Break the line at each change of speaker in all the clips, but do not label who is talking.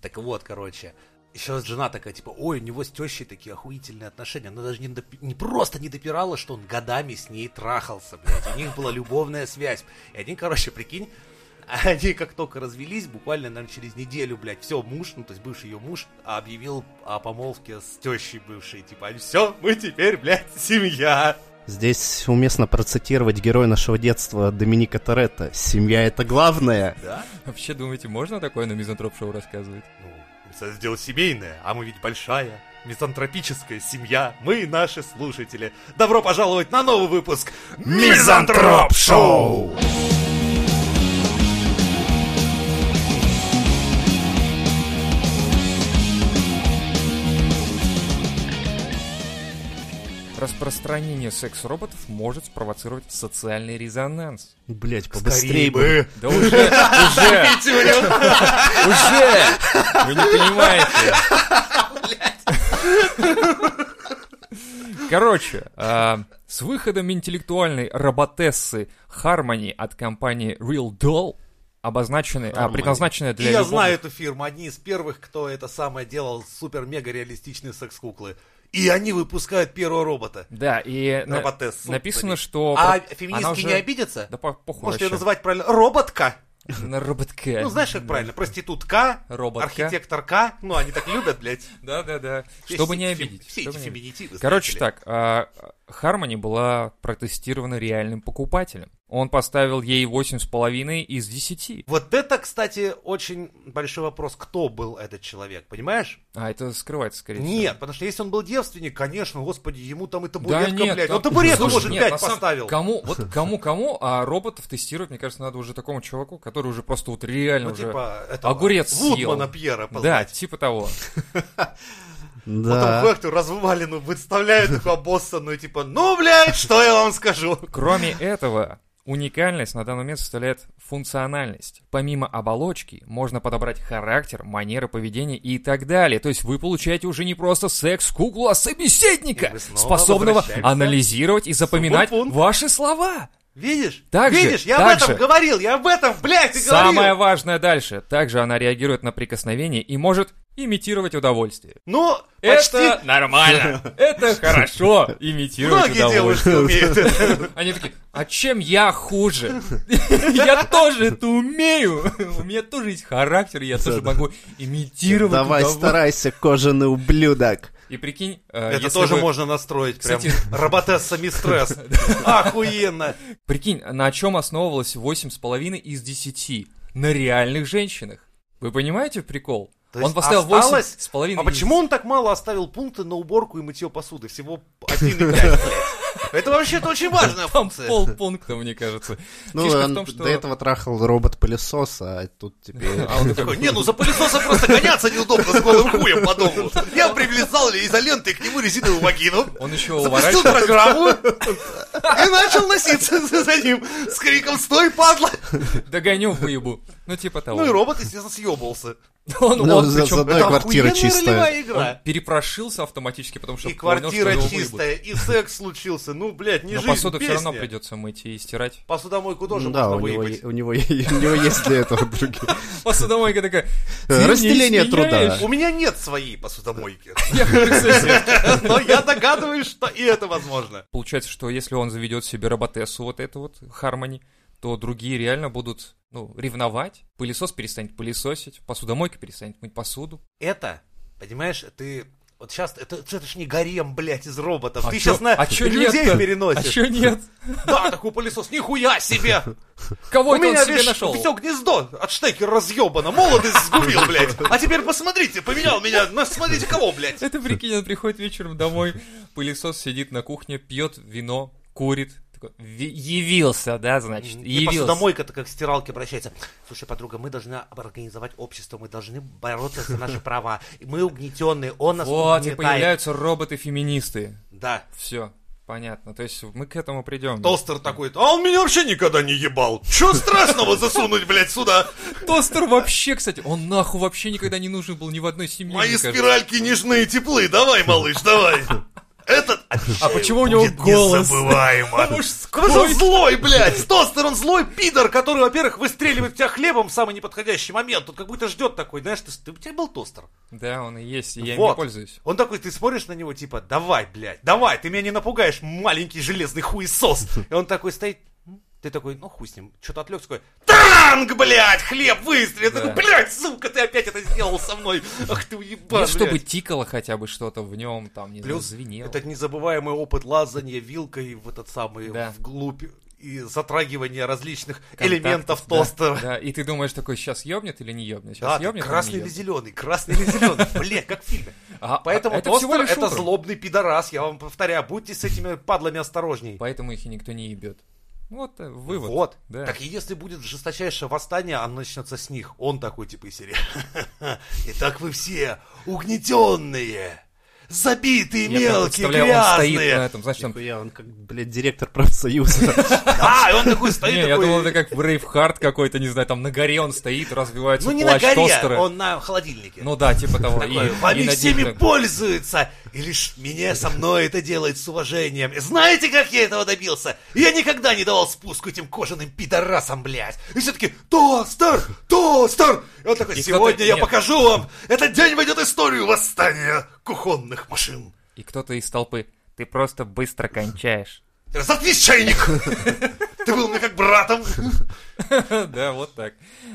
Так вот, короче, еще жена такая, типа, ой, у него с тещей такие охуительные отношения. Она даже не, допи- не просто не допирала, что он годами с ней трахался, блядь. У них была любовная связь. И они, короче, прикинь, они как только развелись, буквально, наверное, через неделю, блядь, все, муж, ну, то есть бывший ее муж, объявил о помолвке с тещей бывшей. Типа, все, мы теперь, блядь, семья.
Здесь уместно процитировать героя нашего детства Доминика Торетто. Семья это главное.
Да?
Вообще, думаете, можно такое на мизантроп-шоу рассказывать?
Ну, это сделал семейное, а мы ведь большая, мизантропическая семья. Мы и наши слушатели. Добро пожаловать на новый выпуск Мизантроп Шоу!
Распространение секс-роботов может спровоцировать социальный резонанс.
Блять,
Скорей
побыстрее бы.
бы!
Да уже, уже, уже! Вы не понимаете. Короче, а, с выходом интеллектуальной роботессы Harmony от компании Real Doll, обозначенной, а,
Harmony.
предназначенная для
И я
любого-
знаю эту фирму, одни из первых, кто это самое делал, супер-мега реалистичные секс-куклы. И они выпускают первого робота.
Да, и на-
Роботессу,
написано,
блядь.
что...
А
про- она
феминистки
уже-
не обидятся?
Да по- похуй
Может ее
вообще.
называть правильно? Роботка?
На роботке.
Ну, знаешь, как правильно? Проститутка,
Роботка.
архитекторка. Ну, они так любят, блядь.
Да, да, да.
Все
Чтобы
эти
не
фем-
обидеть.
Все
чтобы
эти
не обидеть.
феминитивы.
Короче,
знаете ли.
так, а, Harmony была протестирована реальным покупателем. Он поставил ей 8,5 из 10.
Вот это, кстати, очень большой вопрос, кто был этот человек, понимаешь?
А это скрывается, скорее всего.
Нет, потому что если он был девственник, конечно, господи, ему там и табуретка,
нет,
блядь.
там-
Он табуретку,
Слушай,
может,
нет, на
пять
самом-
поставил.
Кому, вот кому-кому, а роботов тестировать, мне кажется, надо уже такому чуваку, который уже просто вот реально
Ну,
уже...
типа, этого,
огурец съел.
Вудмана Пьера,
да,
позвать.
типа того.
Потом
Да.
Вектор развалину выставляют их обоссанную, типа, ну, блядь, что я вам скажу?
Кроме этого, уникальность на данный момент составляет функциональность. Помимо оболочки, можно подобрать характер, манеры поведения и так далее. То есть вы получаете уже не просто секс-куклу, а собеседника,
И мы снова
способного
возвращаемся
анализировать и запоминать
пункт.
ваши слова.
Видишь?
Так же,
Видишь, я
так
об этом
же.
говорил, я об этом, блядь, и
Самое
говорил.
важное дальше. Также она реагирует на прикосновение и может имитировать удовольствие.
Ну, почти
Это нормально. Это хорошо имитировать
многие девушки
удовольствие.
умеют.
Они такие, а чем я хуже? Я тоже это умею. У меня тоже есть характер, я тоже могу имитировать.
Давай,
удовольствие».
старайся, кожаный ублюдок.
И прикинь, э,
Это
если
тоже
вы-
можно настроить, прям.
Кстати-
Роботесса Мистресс. Охуенно.
Прикинь, на чем основывалось 8,5 из 10? На реальных женщинах. Вы понимаете прикол?
То есть
Он поставил
осталось-
8,5
А
из-
почему он так мало оставил пункты на уборку и мытье посуды? Всего 1,5, блядь. Это вообще-то очень важная
Там
функция.
полпункта, мне кажется.
Ну,
Фишка в
он
том, что...
до этого трахал робот-пылесос, а тут теперь...
А он такой,
Такой, не, ну за пылесосом просто гоняться неудобно с голым хуем по дому. Я привязал ли изолентой к нему резиновую вагину,
он еще
запустил
уворачивается.
программу и начал носиться за ним с криком «Стой, падла!»
Догоню выебу. Ну, типа того.
Ну и робот, естественно, съебался.
Он,
Ну,
он
за-
причем
заодно и квартира чистая.
ролевая
он
игра.
перепрошился автоматически, потому что
И
понял,
квартира
что его выебут.
чистая, и секс случился. Ну, блядь, не
Но
жизнь,
посуду все равно
песня.
придется мыть и стирать.
Посудомойку тоже
Ну Да,
можно
у него,
выебать.
е- у, него, е- у него есть для этого другие.
Посудомойка такая...
Да,
«Ты
разделение
не
труда.
изменяешь?»
У меня нет своей посудомойки,
Я хочу к соседке.
но я догадываюсь, что и это возможно.
Получается, что если он заведет себе роботессу вот эту вот, Хармони, то другие реально будут, ну, ревновать. Пылесос перестанет пылесосить, посудомойка перестанет мыть посуду.
Это, понимаешь, ты... Вот сейчас, это, это ж не гарем, блядь, из роботов.
А
ты
чё-
сейчас на
а чё
людей
нет-то? А
переносишь.
чё нет?
Да, такой пылесос, нихуя себе!
Кого
У
это он
меня
себе
весь
нашел?
все гнездо от штекера разъебано, молодость сгубил, блядь. А теперь посмотрите, поменял меня, на смотрите кого, блядь.
Это прикинь, он приходит вечером домой, пылесос сидит на кухне, пьет вино, курит. Такой, «Ви- явился, да, значит,
И
явился.
посудомойка-то как к стиралке обращается. Слушай, подруга, мы должны организовать общество, мы должны бороться за наши права. И Мы угнетенные, он нас
Вот, и
угнетает.
появляются роботы-феминисты.
Да.
Все, понятно. То есть мы к этому придем.
Тостер такой, а он меня вообще никогда не ебал. Чё страшного засунуть, блядь, сюда?
Тостер вообще, кстати, он нахуй вообще никогда не нужен был ни в одной семье.
Мои
мне кажется.
спиральки нежные и теплые, давай, малыш, давай. Этот А Обещаю,
А почему у него
А будет
голос?
Незабываемо. Потому что он злой, блядь! С толстой он злой пидор, который, во-первых, выстреливает в тебя хлебом в самый неподходящий момент. Тут как будто ждет такой, знаешь, ты, ты- у тебя был тостер.
Да, он и есть, и я им
Вот.
не пользуюсь.
Он такой, ты смотришь на него, типа, давай, блядь, давай, ты меня не напугаешь, маленький железный хуесос. И он такой стоит, «М?» ты такой, ну хуй с ним, что-то отвлекся, такой, танк, блядь, хлеб выстрелил. Я
Да.
такой, блядь, сука, ты опять это сделал со мной. Ах ты уебан,
Ну, чтобы
Типа, блядь».
тикало хотя бы что-то в нем, там, не
Плюс
знаю, звенело.
этот незабываемый опыт лазания вилкой в этот самый,
Да.
вглубь, и затрагивание различных
Контактов,
элементов
да,
тостера.
Да, и ты думаешь такой, сейчас ёбнет или не ёбнет?
Да,
Сейчас
ты
ёбнет или не
красный или
ёбнет?
зеленый, красный или зеленый, блядь, как в фильме.
А- а
Поэтому
это
тостер
всего лишь
это
утром.
злобный пидорас, я вам повторяю, будьте с этими падлами осторожней.
Поэтому их и никто не ебет. Вот э, вывод.
Вот.
Да.
Так и если будет жесточайшее восстание, оно начнется с них. Он такой типа из серии. Итак, вы все угнетенные, забитые,
Я прям
мелкие,
представляю, он стоит на
грязные.
этом, знаешь, там...
Нихуя, он как, блядь, директор профсоюза.
А, и он такой
Не,
стоит,
я думал, это
такой...
как Брейвхарт какой-то, не знаю, там на горе он стоит, развивается
Ну не на
плащ
горе,
тостера.
он на холодильнике.
Ну да, типа того. и-
Такое,
и
вами
на
всеми
директор-
пользуются, и лишь мне со мной это делает с уважением. И знаете, как я этого добился? Я никогда не давал спуску этим кожаным пидорасам, блядь. И все таки тостер, тостер! И он такой,
И кто-то-
сегодня я
нет.
покажу вам, этот день войдет в историю восстания кухонных машин.
И кто-то из толпы. Ты просто быстро кончаешь.
Заткнись, чайник! Ты был мне как братом.
Да, вот так.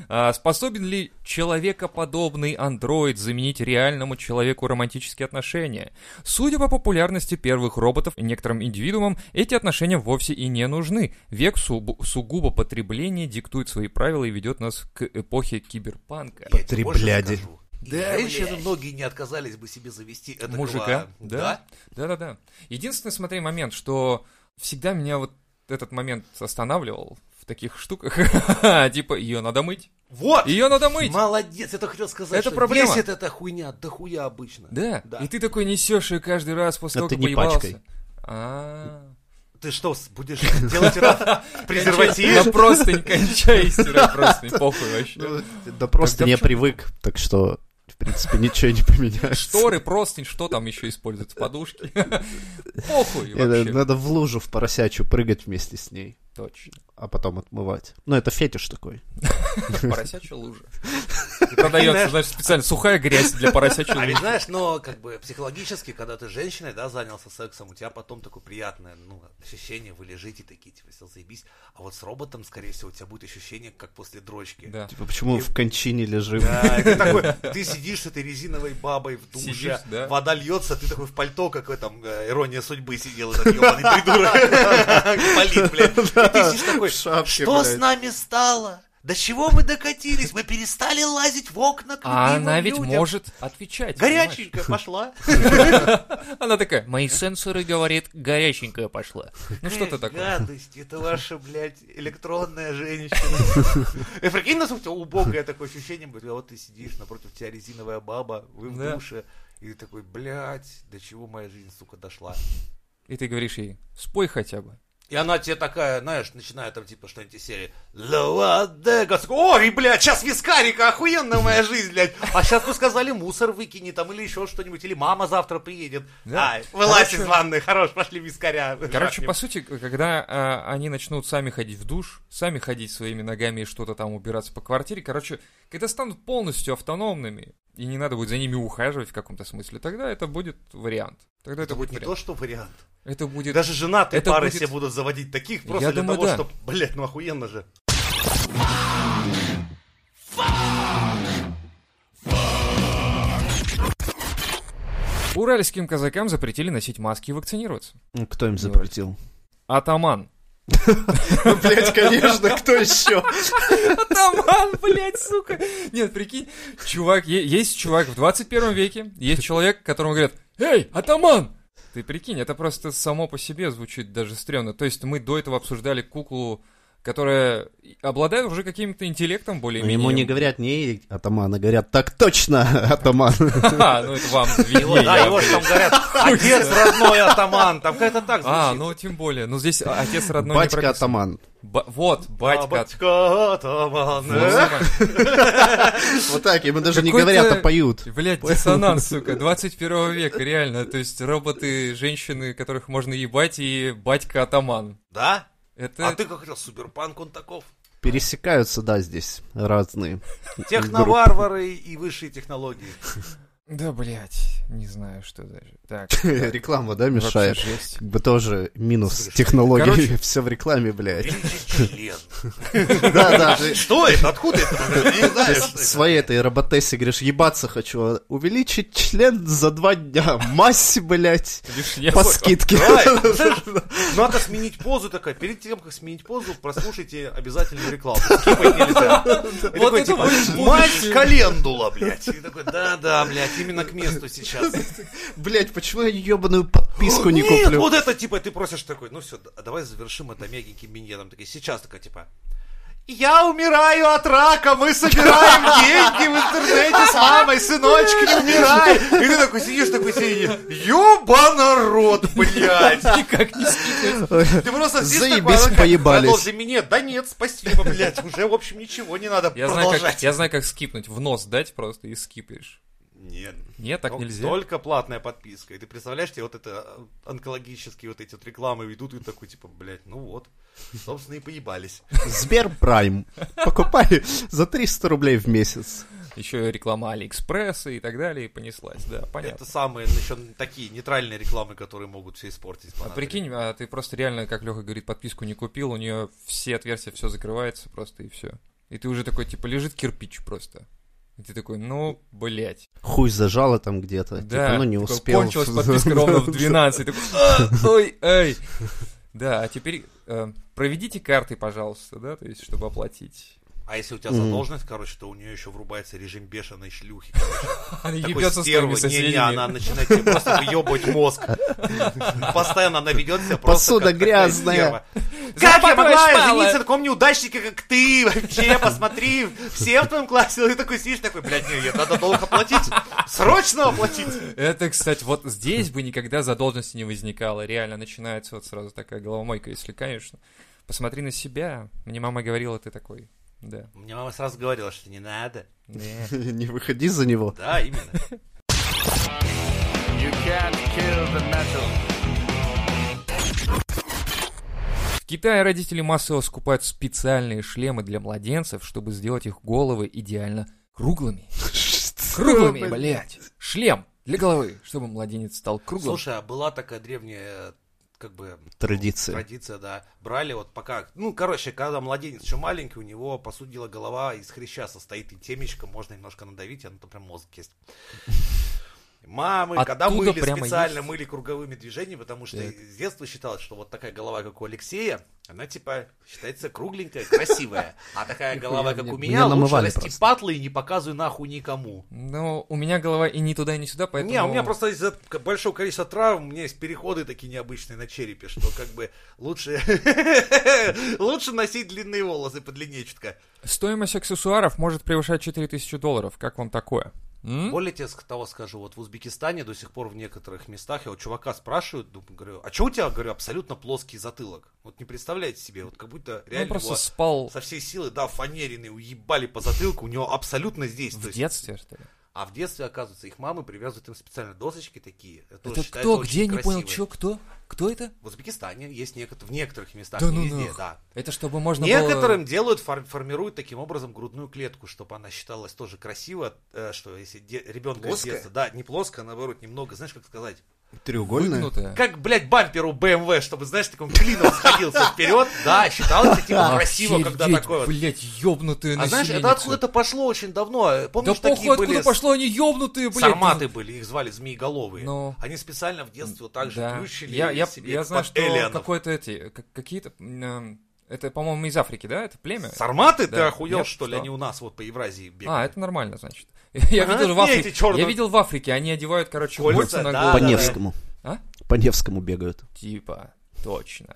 А, Способен ли человекоподобный андроид заменить реальному человеку романтические отношения? Судя по популярности первых роботов и некоторым индивидуумам, эти отношения вовсе и не нужны. Век суб- сугубо потребления диктует свои правила и ведет нас к эпохе киберпанка.
Я тебе больше
Потребляди.
скажу. И
Да,
Женщины многие не отказались бы себе завести этого
Мужика, да? Да, да, да. Единственный, смотри, момент, что всегда меня вот этот момент останавливал в таких штуках. Типа, ее надо мыть.
Вот!
Ее надо мыть.
Молодец, я только хотел сказать,
Это
что
проблема.
бесит эта хуйня, да хуя обычно.
Да.
Да.
И ты такой несешь ее каждый раз после
Но
того,
ты
как
не
поебался.
пачкой.
А.
Ты что, с- будешь делать ра- презерватив?
Да просто не кончай, стирай просто, похуй вообще.
Ну, Да просто
Тогда
не
почему-
привык, так что, в принципе, ничего не поменяется.
Шторы, простынь, что там еще используют? Подушки? Похуй
Это
вообще.
Надо в лужу в поросячью прыгать вместе с ней,
Точно.
а потом отмывать. Ну, это фетиш такой.
Поросячья лужа. И Продается, знаешь, специально сухая грязь для поросячьей
А ведь
лужи.
знаешь, но как бы психологически, когда ты женщиной, да, занялся сексом, у тебя потом такое приятное, ну, ощущение, вы лежите такие, типа, все заебись. А вот с роботом, скорее всего, у тебя будет ощущение, как после дрочки.
Да.
Типа, почему в кончине лежим?
Да, и ты такой, ты сидишь с этой резиновой бабой в душе,
Сидишь, да.
вода льется, ты такой в пальто, как в этом, э, ирония судьбы сидел этот ебаный придурок. Болит, блядь. И ты сидишь такой,
В шапке,
что с
блядь».
нами стало? До чего мы докатились? Мы перестали лазить в окна к
А
любимым
она ведь
людям.
может отвечать.
Горяченькая пошла.
понимаешь? Она такая, мои сенсоры говорят, горяченькая пошла. Ну что ты такое?
Гадость, это ваша, блядь, электронная женщина. И прикинь, насколько у тебя убогое такое ощущение, блядь, а вот ты сидишь, напротив тебя резиновая баба, вы в
Да.
душе, и ты такой, блядь, до чего моя жизнь, сука, дошла.
И ты говоришь ей, спой хотя бы.
И она тебе такая, знаешь, начинает там типа что-нибудь из серии «Ладега». Ой, блядь, сейчас вискарика, охуенная моя жизнь, блядь. А сейчас вы сказали, мусор выкини там или еще что-нибудь, или мама завтра приедет.
Да.
Ай, вылазь
Короче-
из ванны, хорош, пошли вискаря.
Короче,
Жахнем.
по сути, когда а, они начнут сами ходить в душ, сами ходить своими ногами и что-то там убираться по квартире, короче, когда станут полностью автономными, и не надо будет за ними ухаживать в каком-то смысле, тогда это будет вариант. Тогда это,
это будет не то,
вариант.
что вариант.
Это будет...
Даже женатые
Это
пары
будет-
себе будут заводить таких просто
Я
для
думаю,
того,
да.
чтобы, блядь, ну охуенно же.
Уральским казакам запретили носить маски и вакцинироваться.
Ну, кто им запретил?
Атаман.
Ну, блядь, конечно, кто еще?
Атаман, блядь, сука. Нет, прикинь, чувак, е- есть чувак в 21 веке, есть человек, которому говорят, эй, атаман! Ты прикинь, это просто само по себе звучит даже стрёмно. То есть мы до этого обсуждали куклу которая обладает уже каким-то интеллектом
Но
более-менее.
Ну, ему не говорят не атаман, а говорят так точно, атаман.
Ха, ну это вам
Его,
виднее,
да,
я-
его же там говорят, отец родной атаман, там как-то так звучит.
А, ну тем более. Ну здесь а, отец родной не
Батька
прописан.
атаман.
Ба- Вот, батька.
Бабочка атаман.
Ну, сука.
Вот так, ему даже не
Какой-то-
говорят, а поют.
Блядь, диссонанс, сука, 21 века, реально. То есть роботы, женщины, которых можно ебать, и батька-атаман.
Да?
Это...
А ты как хотел, суперпанк он таков.
Пересекаются, да, здесь разные.
Техноварвары и высшие технологии.
Да, блядь, не знаю, что даже. Так,
Реклама, да, мешает?
вообще жесть.
Как бы тоже минус
Слушай,
технологий.
короче-
Все в рекламе, блядь.
Великий член.
Да, да, ты
Что это? Откуда это? Не знаю,
ты
что это.
своей этой роботессе говоришь, ебаться хочу, а увеличить член за два дня. Массе, блядь,
Видишь, я-
по скидке.
Давай, знаешь, надо сменить позу такая. Перед тем, как сменить позу, прослушайте обязательно рекламу. Скипать нельзя. И
Вот
такой,
это будет
типа, мать календула, блядь. И такой, да-да, блядь, именно к месту сейчас.
Блядь, почему я ебаную подписку не
Нет,
куплю?
вот это, типа, ты просишь такой, ну все, давай завершим это мягеньким миньоном. Такой, сейчас такая, типа, я умираю от рака, мы собираем деньги в интернете с мамой, сыночек, не умирай. И ты такой сидишь, такой сидишь, ёбанарод, блядь.
Никак не скидывается.
Ты просто сидишь
Заебись,
такой, а ну как,
поебались.
продолжи мне. Да нет, спасибо, блядь, уже, в общем, ничего не надо
Я знаю,
продолжать.
как, я знаю, как скипнуть. В нос дать просто и скипаешь.
Нет.
Нет, так
Ну,
нельзя.
Только платная подписка. И ты представляешь, тебе вот это э, онкологические вот эти вот рекламы ведут, и ты такой, типа, блядь, ну вот. Собственно, и поебались.
Сбер Прайм. Покупай за 300 рублей в месяц.
Еще реклама Алиэкспресса и так далее, и понеслась, да, понятно.
Это самые еще такие нейтральные рекламы, которые могут все испортить.
А прикинь, а ты просто реально, как Леха говорит, подписку не купил, у нее все отверстия, все закрывается просто и все. И ты уже такой, типа, лежит кирпич просто. И ты такой, ну, блять.
Хуй зажало там где-то.
Да,
типа, ну не
такой,
успел.
кончилась подписка ровно в 12. Такой, «А, ой, эй. Да, а теперь э, проведите карты, пожалуйста, да, то есть, чтобы оплатить.
А если у тебя
Мгм.
задолженность, короче, то у нее еще врубается режим бешеной шлюхи. короче.
Она
Такой
ебётся с твоими
стервы. Не-не,
соседями.
она начинает тебе просто выебывать мозг. Постоянно она ведет себя просто
Посуда
как такая
грязная.
стерва. Как
Запах
я могла
шпала.
жениться на таком неудачнике, как ты? Вообще, посмотри, все в твоем классе. Ты такой сидишь, такой, блядь, нет, надо долго платить. Срочно оплатить.
Это, кстати, вот здесь бы никогда задолженности не возникало. Реально начинается вот сразу такая головомойка, если, конечно. Посмотри на себя. Мне мама говорила, ты такой. Да.
Мне мама сразу говорила, что не надо.
Не.
Не выходи за него.
Да, именно.
В Китае родители массово скупают специальные шлемы для младенцев, чтобы сделать их головы идеально круглыми. Круглыми, блядь. Шлем для головы, чтобы младенец стал круглым.
Слушай, а была такая древняя, э, как бы...
Традиция.
Традиция, да. Брали вот пока... Ну, короче, когда младенец еще маленький, у него, по сути дела, голова из хряща состоит, и темечко можно немножко надавить, и оно там прям мозг есть. Мамы, когда
Оттуда
мыли
прямо
специально,
есть?
мыли круговыми движениями, потому что
Так.
с детства считалось, что вот такая голова, как у Алексея, она типа считается кругленькая, красивая. А такая
Нихуя
голова, как
мне-
у
мне
меня, лучше
намывали
расти
просто.
патлы и не показывай нахуй никому.
Ну, у меня голова и не туда, и не сюда, поэтому...
Не, у меня просто из-за к- большого количества травм у меня есть переходы такие необычные на черепе, что как бы лучше лучше носить длинные волосы подлиннее чутка.
Стоимость аксессуаров может превышать 4000 долларов. Как вам такое? М?
Более тебе ск- того скажу, вот в Узбекистане до сих пор в некоторых местах я у чувака спрашиваю, думаю, говорю, а что у тебя, говорю, абсолютно плоский затылок? Вот не представляете себе, вот как будто
Он
реально
Ну, просто
его
спал
со всей силы, да, фанерины уебали по затылку, у него абсолютно здесь. Ну, то
в
есть-
детстве, что ли?
а в детстве, оказывается, их мамы привязывают им специально досочки такие. Ну, Это, тоже
Это
считается
кто?
очень
Где? Не понял,
красиво.
чё? Кто? Кто это?
В Узбекистане есть некотор- в некоторых местах,
Да
не
ну
везде,
нах.
да.
Это чтобы можно
Некоторым
было...
делают, фор- формируют таким образом грудную клетку, чтобы она считалась тоже красиво, э, что если де- ребенка из
Плоская?
детства, да, не плоско, а наоборот, немного, знаешь, как сказать,
ну,
Треугольная?
Выгнутое.
как, блядь, бампер у BMW, чтобы, знаешь, таким клином сходился вперед, да, считалось типа красиво,
Охереть,
когда такое вот.
Блять, ёбнутые
А знаешь, это откуда-то пошло очень давно,
Да
помнишь,
похуй,
такие
откуда
были... с-
пошло они ёбнутые, блядь.
Сарматы были, их звали змееголовые.
Ну.
Они специально в детстве вот так же
Да.
плющили
Я, я,
себе ну.
я знаю,
под
что
эллианов.
какой-то эти, как- какие-то, м, эм, это, по-моему, из Африки, да? Это племя?
Сарматы? Ты
Да.
охуел,
Нет,
что ли?
что?
Они у нас вот по Евразии бегают.
А, это нормально, значит. Я
Ага,
видел в
не эти
Африке, я
черные.
видел в Африке, они одевают, короче,
Кольца,
кольца на
да,
голову.
По
да, да.
Невскому.
А?
По Невскому бегают.
Типа, точно.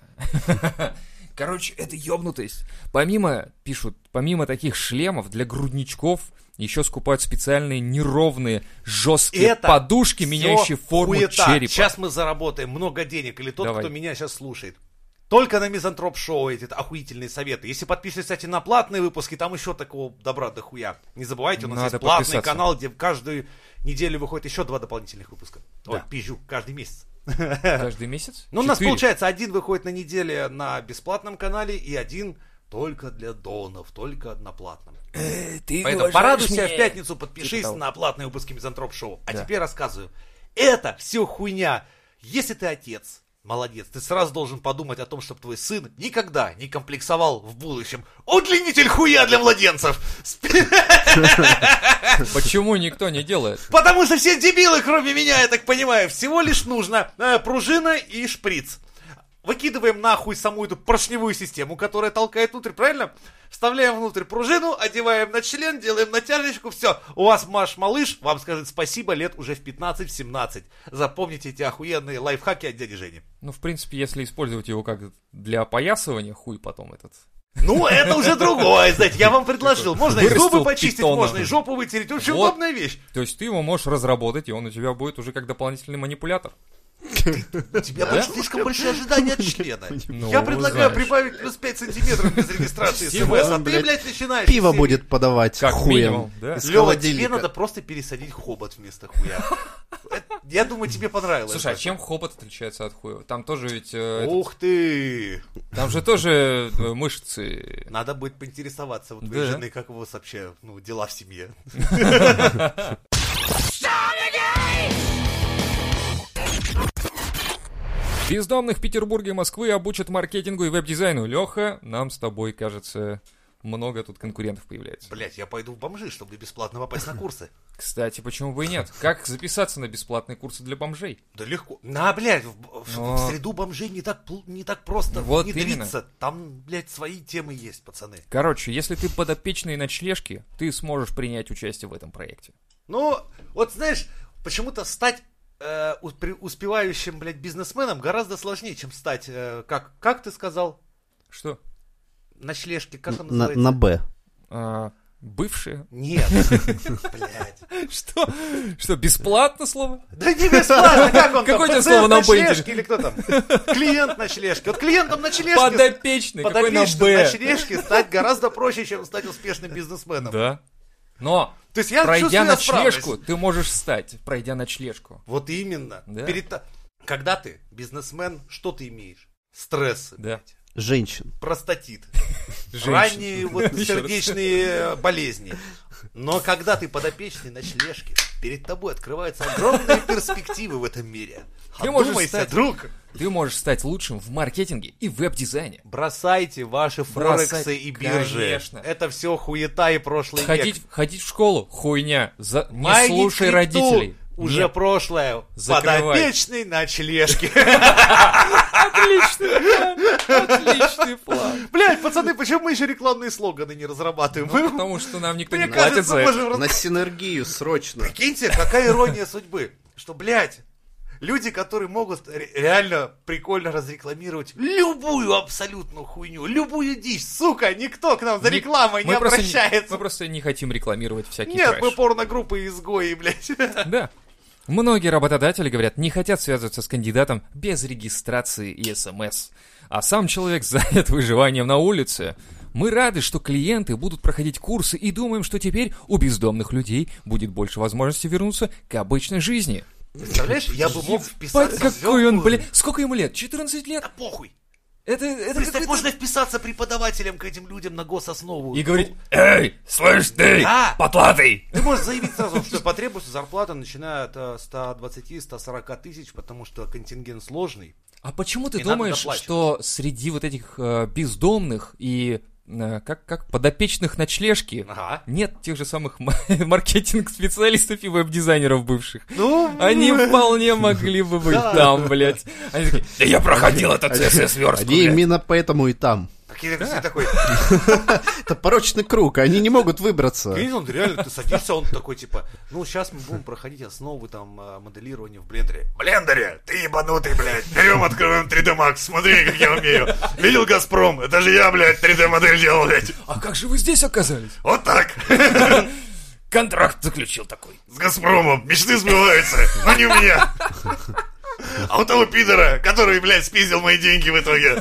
Короче, это ёбнутость. Помимо, пишут, помимо таких шлемов для грудничков, еще скупают специальные неровные жесткие
Это
подушки,
Всё
меняющие форму
хуета.
черепа.
Сейчас мы заработаем много денег, или тот,
Давай.
кто меня сейчас слушает. Только на Мизантроп Шоу эти охуительные советы. Если подписывайтесь, кстати, на платные выпуски, там еще такого добра до хуя. Не забывайте, у нас
Надо
есть платный
подписаться.
канал, где каждую неделю выходит еще два дополнительных выпуска. Ой,
Да.
пизжу, каждый месяц.
Каждый месяц?
Ну, у нас
Четыре.
получается, один выходит на неделе на бесплатном канале и один только для донов, только на платном. Поэтому порадуйся в пятницу, подпишись
Типа того.
на платные выпуски Мизантроп Шоу. А
Да.
теперь рассказываю. Это все хуйня. Если ты отец, молодец, ты сразу должен подумать о том, чтобы твой сын никогда не комплексовал в будущем. Удлинитель хуя для младенцев! Спи-
Почему никто не делает?
Потому что все дебилы, кроме меня, я так понимаю, всего лишь нужно э, пружина и шприц. Выкидываем нахуй саму эту поршневую систему, которая толкает внутрь, правильно? Вставляем внутрь пружину, одеваем на член, делаем натяжечку, все. У вас Маш Малыш вам скажет спасибо лет уже в 15-17. Запомните эти охуенные лайфхаки от дяди Жени.
Ну, в принципе, если использовать его как для опоясывания, хуй потом этот.
Ну, это уже другое, знаете, я вам предложил. Можно и
Вырастил
зубы почистить,
питона.
можно и жопу вытереть. Очень
Вот.
удобная вещь.
То есть ты его можешь разработать, и он у тебя будет уже как дополнительный манипулятор.
У тебя
Да?
слишком большие ожидания от члена.
Ну,
Я предлагаю
знаешь.
прибавить плюс 5 сантиметров без регистрации
Всего,
смс, а ты,
блядь,
блядь, начинаешь.
Пиво
с серии.
будет подавать
Как
хуем.
минимум, да.
из
Лёва, тебе
холодильника.
надо просто пересадить хобот вместо хуя. Это- Я думаю, тебе понравилось.
Слушай, а чем хобот отличается от хуя? Там тоже ведь... э, этот-
Ух ты!
там же тоже э, мышцы...
Надо будет поинтересоваться вот твоей
Да.
жены, как у вас вообще ну, дела в семье.
Бездомных Петербурга и Москвы обучат маркетингу и веб-дизайну. Леха, нам с тобой, кажется, много тут конкурентов появляется.
Блять, я пойду в бомжи, чтобы бесплатно попасть на курсы.
Кстати, почему бы и нет? Как записаться на бесплатные курсы для бомжей?
Да легко. На, блядь, в, в-
Но-
в среду бомжей не так, пл- не так просто
Вот
внедриться. Там, блядь, свои темы есть, пацаны.
Короче, если ты подопечный ночлежки, ты сможешь принять участие в этом проекте.
Ну, вот знаешь, почему-то стать э, успе- успевающим, блядь, бизнесменом гораздо сложнее, чем стать, э, как, как ты сказал,
Что?
ночлежки, как он
На,
называется?
на Б.
А, бывшие?
Нет, блядь.
Что? Что, бесплатно слово?
Да не бесплатно, как он там?
Какое тебе
пациент
слово на «Б»
ночлежки или кто там? Клиент ночлежки. Вот клиентом ночлежки
Подопечный, какой на
подопечным
Б?
ночлежки стать гораздо проще, чем стать успешным бизнесменом.
Да. Но,
То есть я
пройдя
чувствую, я справлюсь.
ночлежку, ты можешь стать, пройдя ночлежку.
Вот именно.
Да.
Перед та- Когда ты бизнесмен, что ты имеешь? Стрессы,
Да.
Женщин.
простатит,
Женщин.
ранние вот
Еще раз.
сердечные э, болезни. Но когда ты подопечный ночлежки, перед тобой открываются огромные перспективы в этом мире.
Ты можешь
Одумайся,
стать-
друг.
Ты можешь стать лучшим в маркетинге и веб-дизайне.
Бросайте ваши
Бросать,
форексы и биржи.
конечно.
Это все хуета и прошлый век.
Ходить, ходить в школу – хуйня. За- Не
Майнить
слушай
крипту
родителей.
Уже
Нет.
прошлое.
Закрывай.
Подопечный ночлежки.
Отличный план. Отличный план.
Блять, пацаны, почему мы еще рекламные слоганы не разрабатываем? Вы-
Ну, Потому что нам никто не
Мне
платит
кажется,
за это.
можем раз-
На синергию срочно.
Прикиньте, какая ирония судьбы, что, блядь, люди, которые могут ре- реально прикольно разрекламировать любую абсолютную хуйню, любую дичь, сука, никто к нам за рекламой не
Мы просто
обращается.
Мы просто не хотим рекламировать всякие
Нет,
трэш.
мы порногруппы изгои, блядь.
Да. Многие работодатели говорят, не хотят связываться с кандидатом без регистрации и СМС. А сам человек занят выживанием на улице. Мы рады, что клиенты будут проходить курсы и думаем, что теперь у бездомных людей будет больше возможности вернуться к обычной жизни.
Представляешь, я бы мог вписаться
Пать,
в
какой он,
звёздную-
блин, сколько ему лет? 14 лет?
Да похуй.
Это, это
Представь,
какой-то-
можно вписаться преподавателем к этим людям на гососнову.
И говорить, эй, слышь ты,
Да.
потлатый!
Ты можешь заявить сразу, что потребуется зарплата, начиная от э, 120-140 тысяч, потому что контингент сложный.
А почему ты
И надо
думаешь,
доплачивать.
что среди вот этих э, бездомных и э, как, как подопечных ночлежки
Ага.
нет тех же самых ма- маркетинг-специалистов и веб-дизайнеров бывших?
Ну,
Они вполне могли бы быть
Да.
там, блядь. Они такие, да я проходил этот CSS верстку,
Они именно поэтому и там.
я
Да.
сидит такой,
Это порочный круг, они не могут выбраться.
Конечно, он реально, ты садишься, он такой, типа, ну, сейчас мы будем проходить основы, там, э, моделирования в блендере.
а, Блендере, ты ебанутый, блядь. Берем, открываем 3D Max, смотри, как я умею. Видел Газпром? Это же я, блядь, 3D модель делал, блядь.
А как же вы здесь оказались?
Вот так.
Контракт заключил такой.
С Газпромом. Мечты сбываются, но не у меня. А у того пидора, который, блядь, спиздил мои деньги в итоге.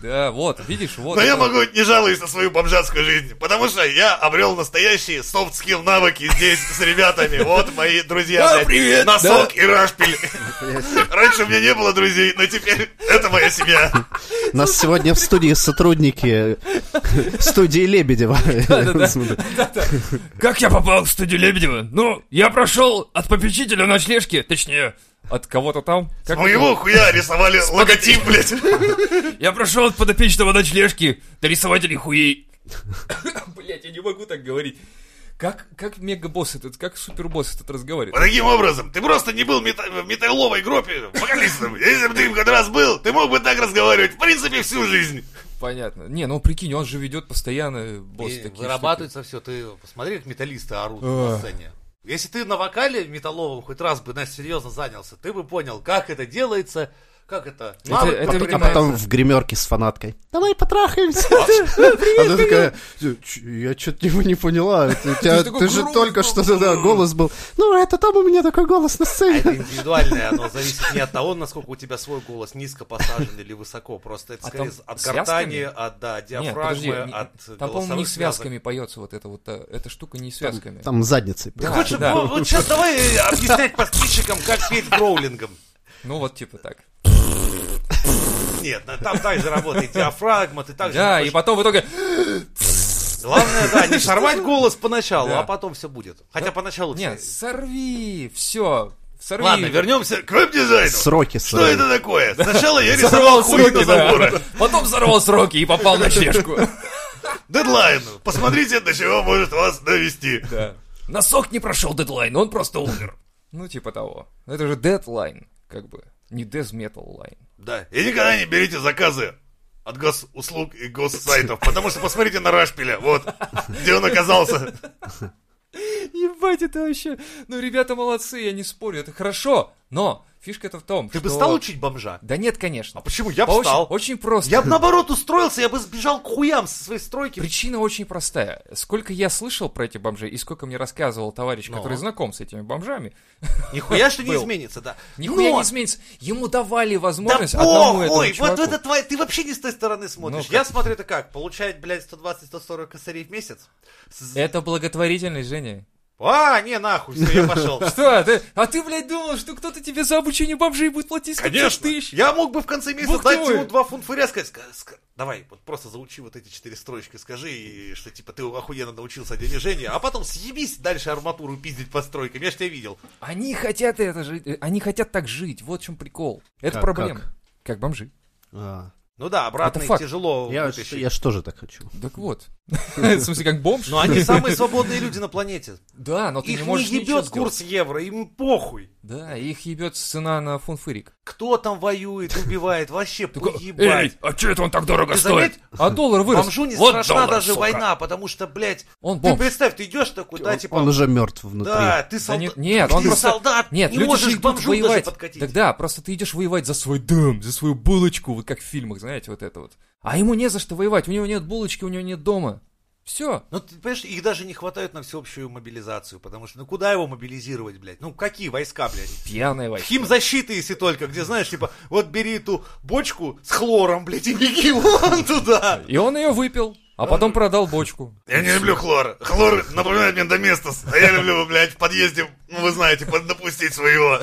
Да, вот, видишь, вот.
Но я
это-
могу не жалуюсь на свою бомжатскую жизнь, потому что я обрел настоящие soft skill навыки здесь с ребятами. Вот мои друзья,
Да,
блядь,
привет,
Носок
да.
и Рашпиль. Раньше у меня не было друзей, но теперь это моя семья.
У нас сегодня в студии сотрудники студии Лебедева.
Как я попал в студию Лебедева? Ну, я прошел от попечителя ночлежки, точнее, от кого-то там. Как
Моего хуя рисовали логотип, блядь.
Я прошел от подопечного ночлежки до рисователей хуей. Блять, я не могу так говорить. Как, как мегабосс этот, как супербосс этот
Вот
разговаривает?
таким образом, ты просто не был в мета- в металловой группе вокалистом. Если бы ты им хоть раз был, ты мог бы так разговаривать, в принципе, всю жизнь.
Понятно. Не, ну прикинь, он же ведет постоянно босс
И
такие
вырабатывается все. Ты посмотри, как металлисты орут
Эх.
на сцене. Если ты на вокале металловом хоть раз бы, Настя, серьезно занялся, ты бы понял, как это делается, как это... навык
это,
А
видимо,
потом в гримерке с фанаткой. Давай потрахаемся. Она такая, «Ч- я что-то его не поняла. Ты- у тебя-
же такой
Ты же
грубый
только
был.
что, да, да, голос был. Ну, это там у меня такой голос на
А это
сцене.
индивидуальное, оно зависит не от того, насколько у тебя свой голос низко посажен или высоко. Просто это
А
скорее
там
от
связками?
гортани, от да,
Нет,
диафрагмы,
подожди,
от
не- там, по-моему, не
голосовых связок.
связками поется вот эта вот, э, эта штука не связками.
Там задницей.
Да,
Хочешь,
да.
Ну, вот, сейчас давай э, объяснять подписчикам, как петь гроулингом.
Ну вот типа так.
Нет, на- там также работает диафрагма, ты также...
Да, и потом в итоге...
Главное, да, не сорвать голос поначалу,
Да.
а потом все будет. Хотя поначалу...
Нет,
всё-
сорви, все, сорви.
Ладно, вернемся.
Все, к веб-дизайну.
Сроки
Что
сроки.
это такое? Сначала я рисовал хуй на
сроки, да.
забора.
Потом взорвал сроки и попал на чешку.
Дедлайн. Посмотрите, до чего может вас довести.
Да. Носок не прошел дедлайн, он просто умер. Ну, типа того. Это же дедлайн, как бы. Не дезметал лайн.
Да.
И никогда не берите заказы от госуслуг и госсайтов, потому что посмотрите на Рашпиля, вот, где он оказался.
Ебать, это вообще... Ну, ребята молодцы, я не спорю, это хорошо. Но фишка-то в том,
Ты
что-
бы стал учить бомжа?
Да нет, конечно.
А почему? Я бы
Очень-
стал.
Очень просто.
Я бы наоборот устроился, я бы сбежал к хуям со своей стройки.
Причина очень простая. Сколько я слышал про эти бомжи и сколько мне рассказывал товарищ,
Но.
который знаком с этими бомжами,
Нихуя что не
Был.
изменится, да.
нихуя
Но-
не изменится. Ему давали
Да
возможность одному
похуй!
этому
Вот
чуваку.
это твоя... Ты вообще не с той стороны смотришь.
Ну-ка.
я смотрю это как? Получает, блядь, 120-140 косарей в месяц? С-
Это благотворительность, Женя.
А, не, нахуй, все, я пошел.
Что? Ты, а ты, блядь, думал, что кто-то тебе за обучение бомжей будет платить 150 тысяч?
Я мог бы в конце месяца
Бог
дать
твой.
ему два фунта фыря, сказать, «Ска- ска- давай, вот просто заучи вот эти четыре строчки, скажи, и что типа ты охуенно научился день рождения, а потом съебись дальше арматуру пиздить по стройкам, я ж тебя видел.
Они хотят это жить, э, они хотят так жить, вот в чем прикол. Это
Как-
проблема.
как?
Как бомжи.
А,
Ну да, обратно
Это
их
факт.
тяжело
Я
вытащить.
я ж тоже так хочу.
Так вот. В смысле, как бомж?
Но Ну, они самые свободные люди на планете.
Да, но ты
Их
не
не
можешь ничего
ебет
сделать.
курс евро, им похуй.
Да, их ебет цена на фунфырик.
Кто там воюет, убивает, вообще
Эй,
поебать.
а че это он так дорого
Ты
стоит?
заметь,
А доллар вырос.
Бомжу не
Вот
страшна
доллар,
даже
сука.
война, потому что, блядь,
Он
ты
бомж.
представь, ты идешь такой, да,
Он-
типа,
Он уже мертв внутри.
да, ты
Да не-
солдат,
нет, он
ты
просто...
солдат,
Нет,
не
люди же
можешь к
идут
бомжу даже
воевать.
подкатить.
Тогда просто ты идешь воевать за свой дом, за свою булочку, вот как в фильмах, знаете, вот это вот. А ему не за что воевать, у него нет булочки, у него нет дома. Все.
Ну, ты понимаешь, их даже не хватает на всеобщую мобилизацию, потому что, ну, куда его мобилизировать, блядь? Ну, какие войска, блядь?
Пьяная война.
Химзащиты, если только, где, знаешь, типа, вот бери эту бочку с хлором, блядь, и беги вон туда.
И он ее выпил, а потом продал бочку.
Я не люблю хлор. Хлор напоминает мне Доместос, а я люблю, его, блядь, в подъезде, ну вы знаете, поднапустить своего.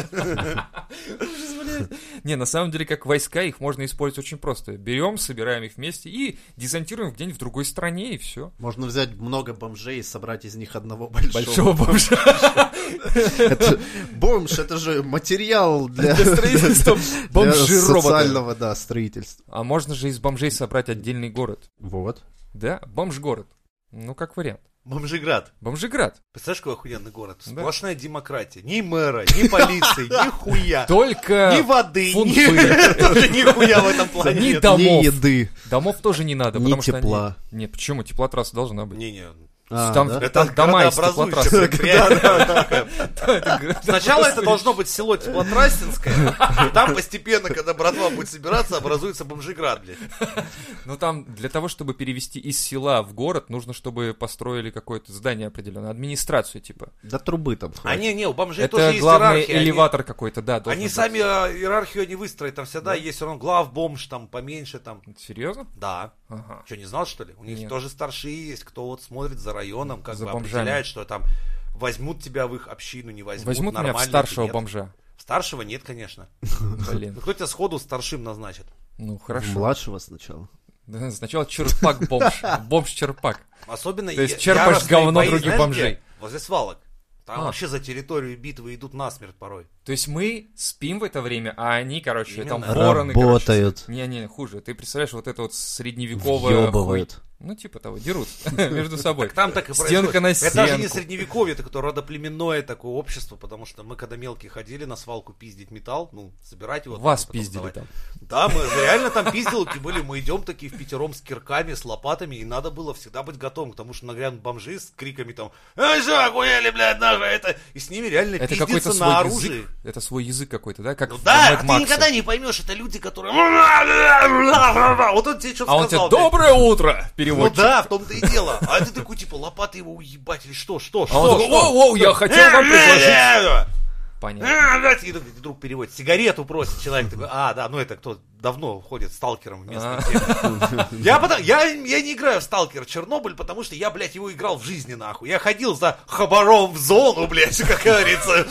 Не, на самом деле, как войска, их можно использовать очень просто. Берем, собираем их вместе и десантируем где-нибудь в другой стране, и все.
Можно взять много бомжей и собрать из них одного большого.
Большого бомжа
Это- бомж, это же материал для,
для строительства
для
бомжи-робота.
социального, да, строительства.
А можно же из бомжей собрать отдельный город.
Вот.
Да, бомж-город. Ну, как вариант.
Бомжиград.
Бомжиград.
Представляешь, какой охуенный город?
Да.
Сплошная демократия. Ни мэра, ни полиции, ни хуя. Ни
Только
воды,
фунты.
ни... Тоже ни хуя в этом плане.
ни
нет.
домов.
Ни еды.
Домов тоже не надо,
Ни
потому что
тепла.
они- Не, почему? Теплотрасса должна быть.
Не-не,
А,
Там-
да?
это
дома из
городообразующая
теплотрассы.
предприятие.
Это г-
Сначала это должно быть село Теплотрассинское, там постепенно, когда братва будет собираться, образуется Бомжиград, блядь.
Ну там для того, чтобы перевести из села в город, нужно, чтобы построили какое-то здание определенное, администрацию типа.
Да трубы там
А
хватит.
не, не, у бомжей тоже
Это
есть
главный
иерархия. они-
элеватор какой-то, да. должен
Они
быть.
сами а, иерархию не выстроят, там всегда есть все равно глав бомж, там поменьше, там.
Серьезно?
Да.
Ага.
Что, не знал, что ли? У них
Нет.
тоже старшие есть, кто вот смотрит за районом, как
За
бы
бомжами.
определяет, что там возьмут тебя в их общину, не возьмут.
Возьмут меня в
нормально
старшего
ты, нет.
бомжа.
Старшего нет, конечно. Ну
Блин.
кто тебя сходу старшим назначит?
Ну хорошо.
Младшего сначала.
Да, Сначала черпак бомж. Бомж черпак.
Особенно
То есть
я-
черпаешь
яростные
говно
бои,
других
знаешь,
бомжей.
где? Возле свалок. Там
А.
вообще за территорию битвы идут насмерть порой.
То есть мы спим в это время, а они, короче, там
Именно.
вороны,
Работают.
короче. Не-не, хуже. Ты представляешь, вот это вот средневековое... хуй-
Въебывают.
Ну, типа того, дерут между собой.
Там так и
Стенка
происходит.
на
Это даже не
стенку.
средневековье, это какое-то родоплеменное такое общество, потому что мы, когда мелкие ходили на свалку пиздить металл, ну, собирать его. там,
Вас
потом
пиздили
сдавать.
там.
Да, мы реально там пизделки были, мы идем такие в пятером с кирками, с лопатами, и надо было всегда быть готовым, потому что нагрянут бомжи с криками там «Эй, что, охуели, блядь, наша это!» И с ними реально
Это какой-то
пиздиться на
свой
оружие.
язык. Это свой язык какой-то, да? Как
Ну
в
да,
Mad
ты
Max'е.
никогда не поймешь, это люди, которые... Вот он тебе что-то
А он тебе
сказал. блядь.
«Доброе утро!»
Ну
переводчик.
да, в том-то и дело. А ты такой, типа, лопаты его уебать или что, что,
А он
что,
такой,
что?
«Воу, воу, я хотел
Э,
вам предложить...» Понятно.
И друг- друг переводит. Сигарету просит человек. Такой, а, да, ну это кто давно ходит сталкером в местной
А.
теме. я, потом- я, я не играю в сталкер Чернобыль, потому что я, блядь, его играл в жизни, нахуй. Я ходил за хабаром в зону, блядь, как говорится,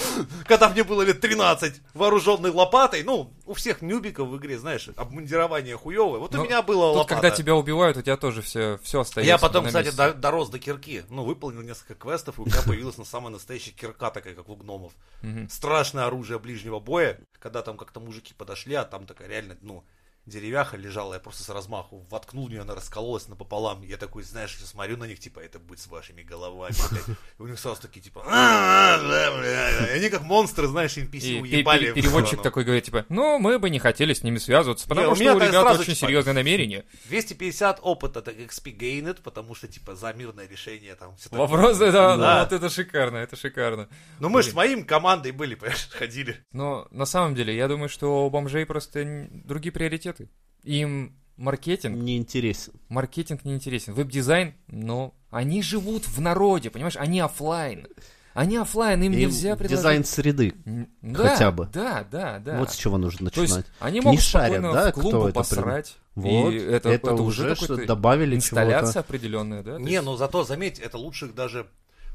когда мне было лет 13, вооруженной лопатой. Ну, у всех нюбиков в игре, знаешь, обмундирование хуевое. Вот у
Ну,
меня было
Тут,
лопата. А
когда тебя убивают, у тебя тоже все, все остается.
Я потом,
на
кстати,
месте.
до- дорос до кирки. Ну, выполнил несколько квестов, и у меня появилась на самая настоящая кирка, такая, как у гномов.
Мгм.
Страшное оружие ближнего боя, когда там как-то мужики подошли, а там такая реально, ну, деревяха лежала, я просто с размаху воткнул в нее, она раскололась напополам. Я такой, знаешь, я смотрю на них, типа, это будет с вашими головами, блядь. И у них сразу такие, типа, «А, бля, бля, бля». И они как монстры, знаешь, NPC
И пе-
уебали.
пе- переводчик
Ну,
такой говорит, типа, ну, мы бы не хотели с ними связываться, потому
Не, у
что
меня
у
так
ребят
сразу,
очень
типа,
серьезные намерения.
250 опыта, так XP gained, потому что, типа, за мирное решение там. всё такое.
Вопрос, да, да,
Да.
вот это шикарно, это шикарно.
Ну мы же с моим командой были, понимаешь, ходили.
Но на самом деле, я думаю, что у бомжей просто н- другие приоритеты. Им маркетинг,
Неинтересен.
маркетинг не интересен. Веб-дизайн, но они живут в народе, понимаешь, они оффлайн. Они оффлайн, им,
Им
нельзя предложить.
Дизайн среды.
М, да,
хотя бы.
Да, да, да.
Вот с чего нужно
То есть
начинать.
они
Не
могут
шарят,
спокойно
да,
в
кто
клумбу
это
посрать.
Вот,
и
это, уже что
какой-то
добавили
инсталляция определенная, да? А, то
Не,
есть-
ну зато заметь, это лучше даже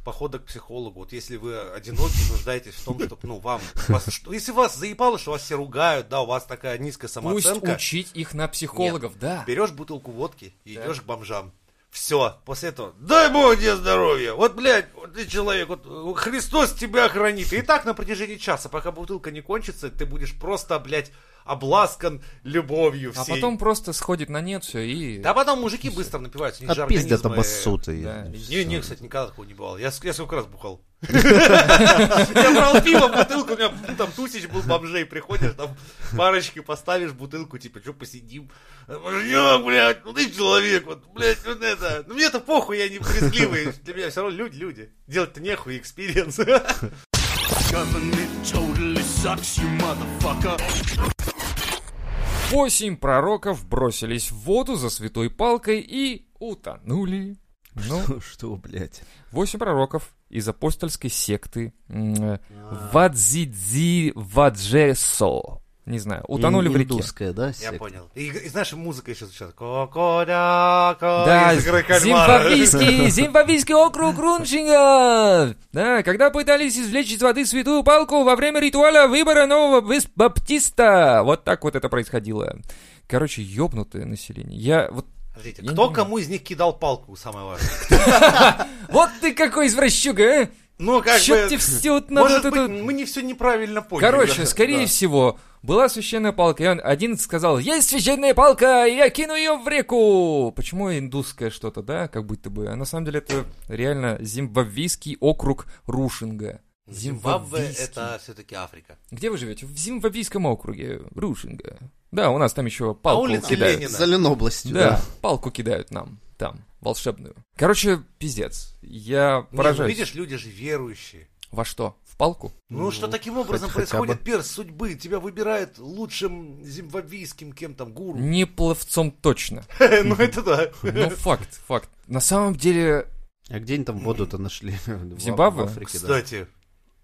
похода к психологу. Вот если вы одиноки, нуждаетесь в том, что, ну, вам... вас- что- если вас заебало, что вас все ругают, да, у вас такая низкая
Пусть
самооценка,
учить их на психологов, да.
берешь бутылку водки и
Да.
идешь к бомжам. Все, после этого, дай бог тебе здоровья, вот, блядь, вот ты человек, вот э, Христос тебя хранит. И так на протяжении часа, пока бутылка не кончится, ты будешь просто, блядь, обласкан любовью
А
всей.
потом просто сходит на нет все и...
Да потом мужики быстро напиваются, у них же
А пиздят
организмы-
обоссутые.
Да, и
Не,
всё.
не, кстати, никогда такого не бывало. Я, ск- я сколько раз бухал. Я брал пиво, бутылку, у меня ну, там тусич был бомжей. Приходишь, там парочки поставишь, бутылку, типа, что посидим. Мужик, блядь, ну ты человек, вот, блядь, вот это. Ну мне-то похуй, я не брезгливый. Для меня все равно люди, люди. Делать-то нехуй, экспириенс.
Government totally sucks, you motherfucker.
Восемь пророков бросились в воду за святой палкой и утонули. Ну,
Что, что, блядь?
восемь пророков из апостольской секты м, э, Вадзидзи Ваджесо. Не знаю, утонули в реке.
Индусская, да,
Я
секта?
понял. И, и знаешь, музыка еще звучит. Коколя,
Да,
из игры кальмара.
зимбабвийский, зимбабвийский округ Рунчинга. Да, когда пытались извлечь из воды святую палку во время ритуала выбора нового вис- баптиста. Вот так вот это происходило. Короче, ёбнутое население. Я вот...
Подождите,
Я не
кто
понимаю.
кому из них кидал палку, самое важное?
Вот ты какой извращуга, а!
Ну, как
Чё
бы...
тебе все вот надо
Может
вот
быть,
это-
мы не все неправильно поняли.
Короче,
Да.
скорее всего, была священная палка, и он один сказал, есть священная палка, и я кину ее в реку. Почему индусское что-то, да, как будто бы? А на самом деле это реально зимбабвийский округ Рушинга.
Зимбабве —
Зимбабвийский.
это все-таки Африка.
Где вы живете? В зимбабвийском округе Рушинга. Да, у нас там еще палку
А улица
кидают.
Ленина.
За Ленобластью,
Да,
да.
палку кидают нам там, волшебную. Короче, пиздец. Я
Не, ну,
поражаюсь.
видишь, люди же верующие.
Во что? В палку?
Ну, что таким образом
хотя бы.
происходит перс судьбы. Тебя выбирает лучшим зимбабвийским кем там гуру.
Не пловцом точно.
Ну, это да.
Ну, факт, факт. На самом деле,
А где они там воду-то нашли? В
Зимбабве?
В Африке, да.
Кстати,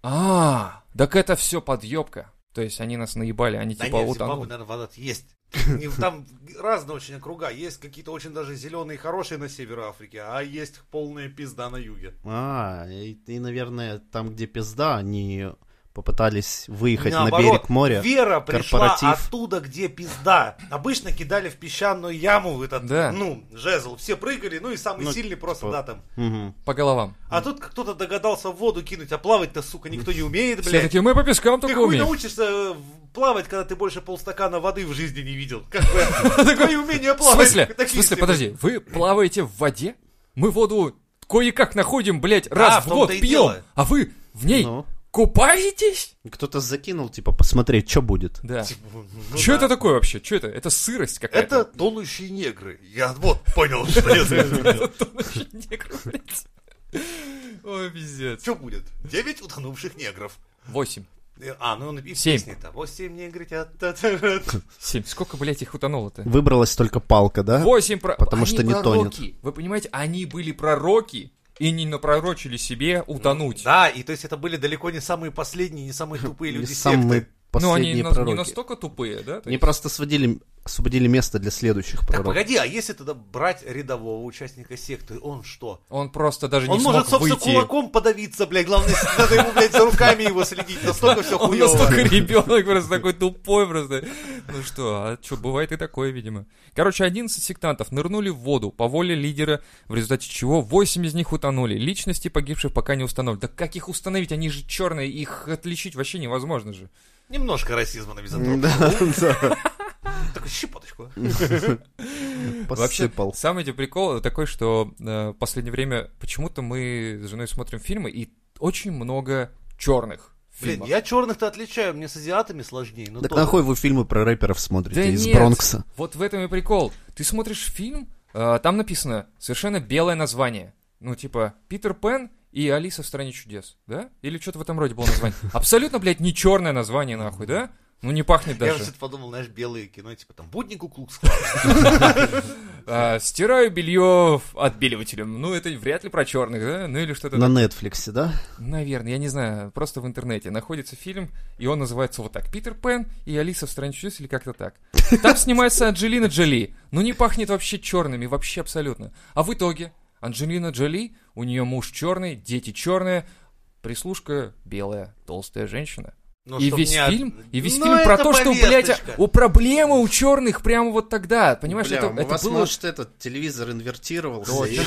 А, так это все подъебка. То есть они нас наебали, они
да
типа
нет, в
вот
Зимбабве,
оно.
наверное, вода есть. Не, Там разные очень округа. Есть какие-то очень даже зеленые хорошие на севере Африки, а есть полная пизда на юге.
А, и, и, наверное, там, где пизда, они попытались выехать
Наоборот,
на берег моря.
Вера пришла
корпоратив.
оттуда, где пизда. Обычно кидали в песчаную яму этот,
Да.
ну, жезл. Все прыгали, ну и самый
Ну,
сильный просто,
типа,
да, там.
Мгм.
По головам.
А тут кто-то догадался в воду кинуть, а плавать-то, сука, никто не умеет,
Все
блядь.
такие, «Ну, мы по пескам
Ты
только
хуй
умеем.
научишься э, в- плавать, когда ты больше полстакана воды в жизни не видел. Как бы твои умения
В
плавать.
смысле? В
такие
смысле,
себе.
подожди, вы плаваете в воде? Мы воду кое-как находим, блядь,
Да,
раз
в
в
том-то
год
и
пьем,
дело.
а вы в ней
Ну,
купаетесь?
кто-то закинул, типа, посмотреть, что будет.
Да.
Типа, ну
Что
да.
это такое вообще? Что это? Это сырость какая-то.
Это тонущие негры. Я вот понял,
Что я сказал?
Тонущий негр, блядь. Ой, пиздец.
что будет. Девять утонувших негров.
Восемь.
Э, А, ну он и в
Семь.
песне-то. Восемь негритят. та-та-та.
Семь. Сколько, блядь, их утонуло-то?
Выбралась только палка, да?
Восемь про...
Э, Потому
Они
что не
пророки. Вы понимаете, они были пророки и не напророчили себе утонуть.
Да, и то есть это были далеко не самые последние, не самые тупые
И
люди
самые
секты.
Но Ну, они
последние
на- не
пророки.
настолько тупые, да? То
Они
есть-
просто сводили, освободили место для следующих
Так
пророков.
погоди, а если тогда брать рядового участника секты, он что?
Он просто даже не
Он
смог
может, собственно,
выйти.
кулаком подавиться, блядь. Главное, надо ему, блядь, за руками его следить. Настолько все
Он
хуево.
настолько ребенок просто такой тупой просто. Ну что, а что, бывает и такое, видимо. Короче, 11 сектантов нырнули в воду по воле лидера, в результате чего 8 из них утонули. Личности погибших пока не установлены. Да как их установить? Они же черные, их отличить вообще невозможно же.
Немножко расизма на мизантроп.
Да, да.
Такую щепоточку.
ну, Посыпал.
Вообще, самый тебе прикол такой, что э, в последнее время почему-то мы с женой смотрим фильмы, и очень много черных
Блин,
фильмов.
я черных-то отличаю, мне с азиатами сложнее. Ну,
Так
тоже.
нахуй вы фильмы про рэперов смотрите
Да
из
нет.
Бронкса?
Вот в этом и прикол. Ты смотришь фильм, э, там написано совершенно белое название. Ну, типа, Питер Пен и Алиса в стране чудес, да? Или что-то в этом роде было название. Абсолютно, блядь, не черное название, нахуй, да? Ну, не пахнет
Я
даже.
же подумал, знаешь, белые кино, типа там «Будни Куклукс
А, стираю белье отбеливателем. Ну, это вряд ли про черных, да? Ну, или что-то
На Нетфликсе, да?
Наверное, я не знаю, просто в интернете находится фильм, и он называется вот так, «Питер Пен и Алиса в стране чудес» или как-то так. Там снимается Анджелина Джоли, но не пахнет вообще черными, вообще абсолютно. А в итоге Анджелина Джоли, у нее муж черный, дети черные, прислушка белая, толстая женщина.
Ну,
и
чтоб
весь
меня-
фильм, и весь
Ну,
фильм про
это
то, что, блядь,
повесточка. Ну,
у проблемы у черных прямо вот тогда, понимаешь,
Бля,
это,
у
это
вас,
было...
может, этот телевизор инвертировался. и-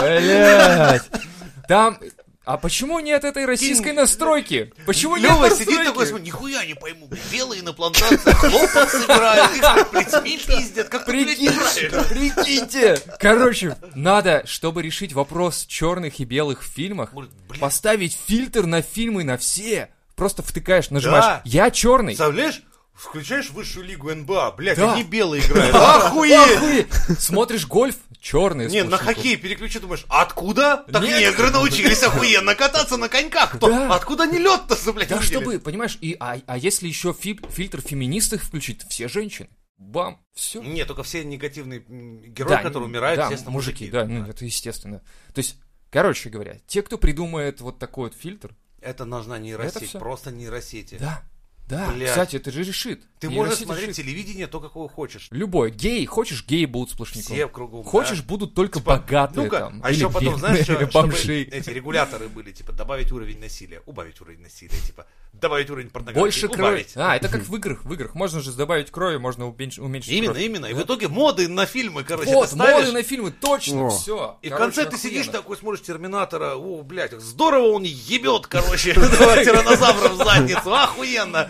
Блядь. Там... А почему нет этой российской настройки? Почему нет
Лёва
настройки?
сидит такой, смотри, нихуя не пойму, белые на плантациях хлопок собирают, их блядь, плетьми пиздят, как-то, блядь,
Прикинь,
неправильно.
прикиньте. Короче, надо, чтобы решить вопрос черных и белых в фильмах,
Может, блин.
поставить фильтр на фильмы на все. Просто втыкаешь, нажимаешь.
Да.
Я черный.
Представляешь, включаешь высшую лигу НБА, блядь,
Да.
они белые играют. Охуеть!
Охуеть. Смотришь гольф, черный.
Не, на хоккей переключи, думаешь,
а
откуда? Так
Нет.
негры научились охуенно кататься на коньках. то
Да.
Откуда они лед-то, блядь,
Да
видели?
чтобы, понимаешь, и а, а если еще фи- фильтр феминисток включить, все женщины. Бам, все.
Не, только все негативные м, герои, которые умирают,
да,
естественно, мужики.
Да, ну это естественно. То есть, короче говоря, те, кто придумает вот такой вот фильтр,
Это нужна нейросеть,
всё.
просто нейросети.
да, Да,
Блядь.
кстати, это же решит.
Ты
Нейросеть
можешь смотреть
решит.
телевидение то, какого хочешь.
Любой. Гей, хочешь, геи будут сплошняком.
Все кругом. да.
Хочешь, будут только
Типа,
богатые
Ну-ка,
там.
а
или
еще потом,
бедные,
знаешь, что,
или бомжи.
эти регуляторы были, типа, добавить уровень насилия, убавить уровень насилия, типа, добавить уровень порнографии,
Больше крови.
убавить.
А, это как в играх. В играх можно же добавить крови, можно уменьш- уменьшить
Именно,
кровь.
именно. И в итоге моды на фильмы, короче,
Вот,
ты ставишь,
моды на фильмы, точно,
О.
все.
И в конце ты сидишь такой, смотришь Терминатора, о, блядь, здорово он ебет, короче, этого тиранозавра в задницу, охуенно.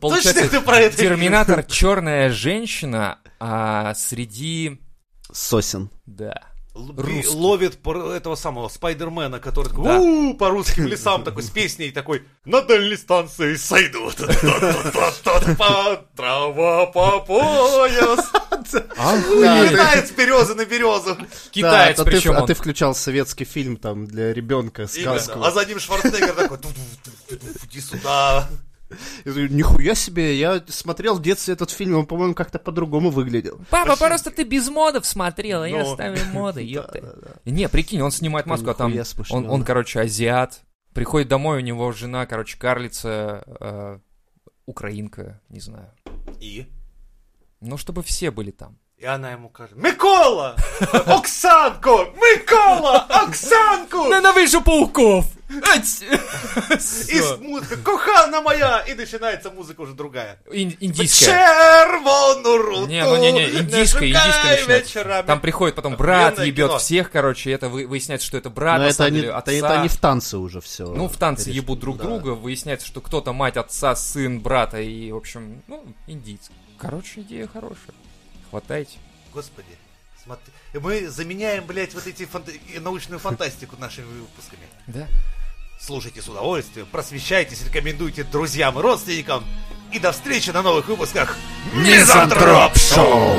Точно ты про это
Терминатор черная женщина а, среди...
Сосен.
Да.
Л- би-
Русский.
ловит пор- этого самого Спайдермена, который такой
Да.
«У-у-у», по русским лесам такой с песней такой на дальней станции сойду Та-та-та-та-та, трава по пояс
Охуеть.
летает с березы на березу
Китаец
Да, а ты-
причем
А ты включал советский фильм там для ребенка, сказку.
Именно. а за ним Шварценеггер такой «Ту-ту-ту-ту-ту, иди сюда
Я говорю, Нихуя себе, я смотрел в детстве этот фильм, он, по-моему, как-то по-другому выглядел.
Папа, просто ты без модов смотрел, а я
Ну.
ставлю моды, ёпты. Не, прикинь, он снимает маску, а там
Нихуя
он,
смышлёный.
он, короче, азиат. Приходит домой, у него жена, короче, карлица, э, украинка, не знаю.
и
Ну, чтобы все были там.
и она ему говорит Микола Оксанку Микола Оксанку
Ненавижу пауков!
и с- музыка кохана моя и начинается музыка уже другая
Индийская.
Червону руку
Не, ну не, не, индийская,
не
индийская
шукай
начинается.
вечерами.
Там приходит потом брат,
Охуенное
ебет
кино.
всех, короче, и это вы- выясняется, что это брат,
Но
на
это
самом
они,
деле,
это,
отца.
это они в танце уже все.
Ну, в танце ебут друг друга, выясняется, что кто-то мать отца, сын брата, и, в общем, ну, индийцы. Короче, идея хорошая. Хватайте.
Господи, смотри. Мы заменяем, блядь, вот эти фанта- и научную фантастику нашими выпусками.
Да.
Слушайте с удовольствием, просвещайтесь, рекомендуйте друзьям и родственникам. И до встречи на новых выпусках.
Мизантроп Шоу!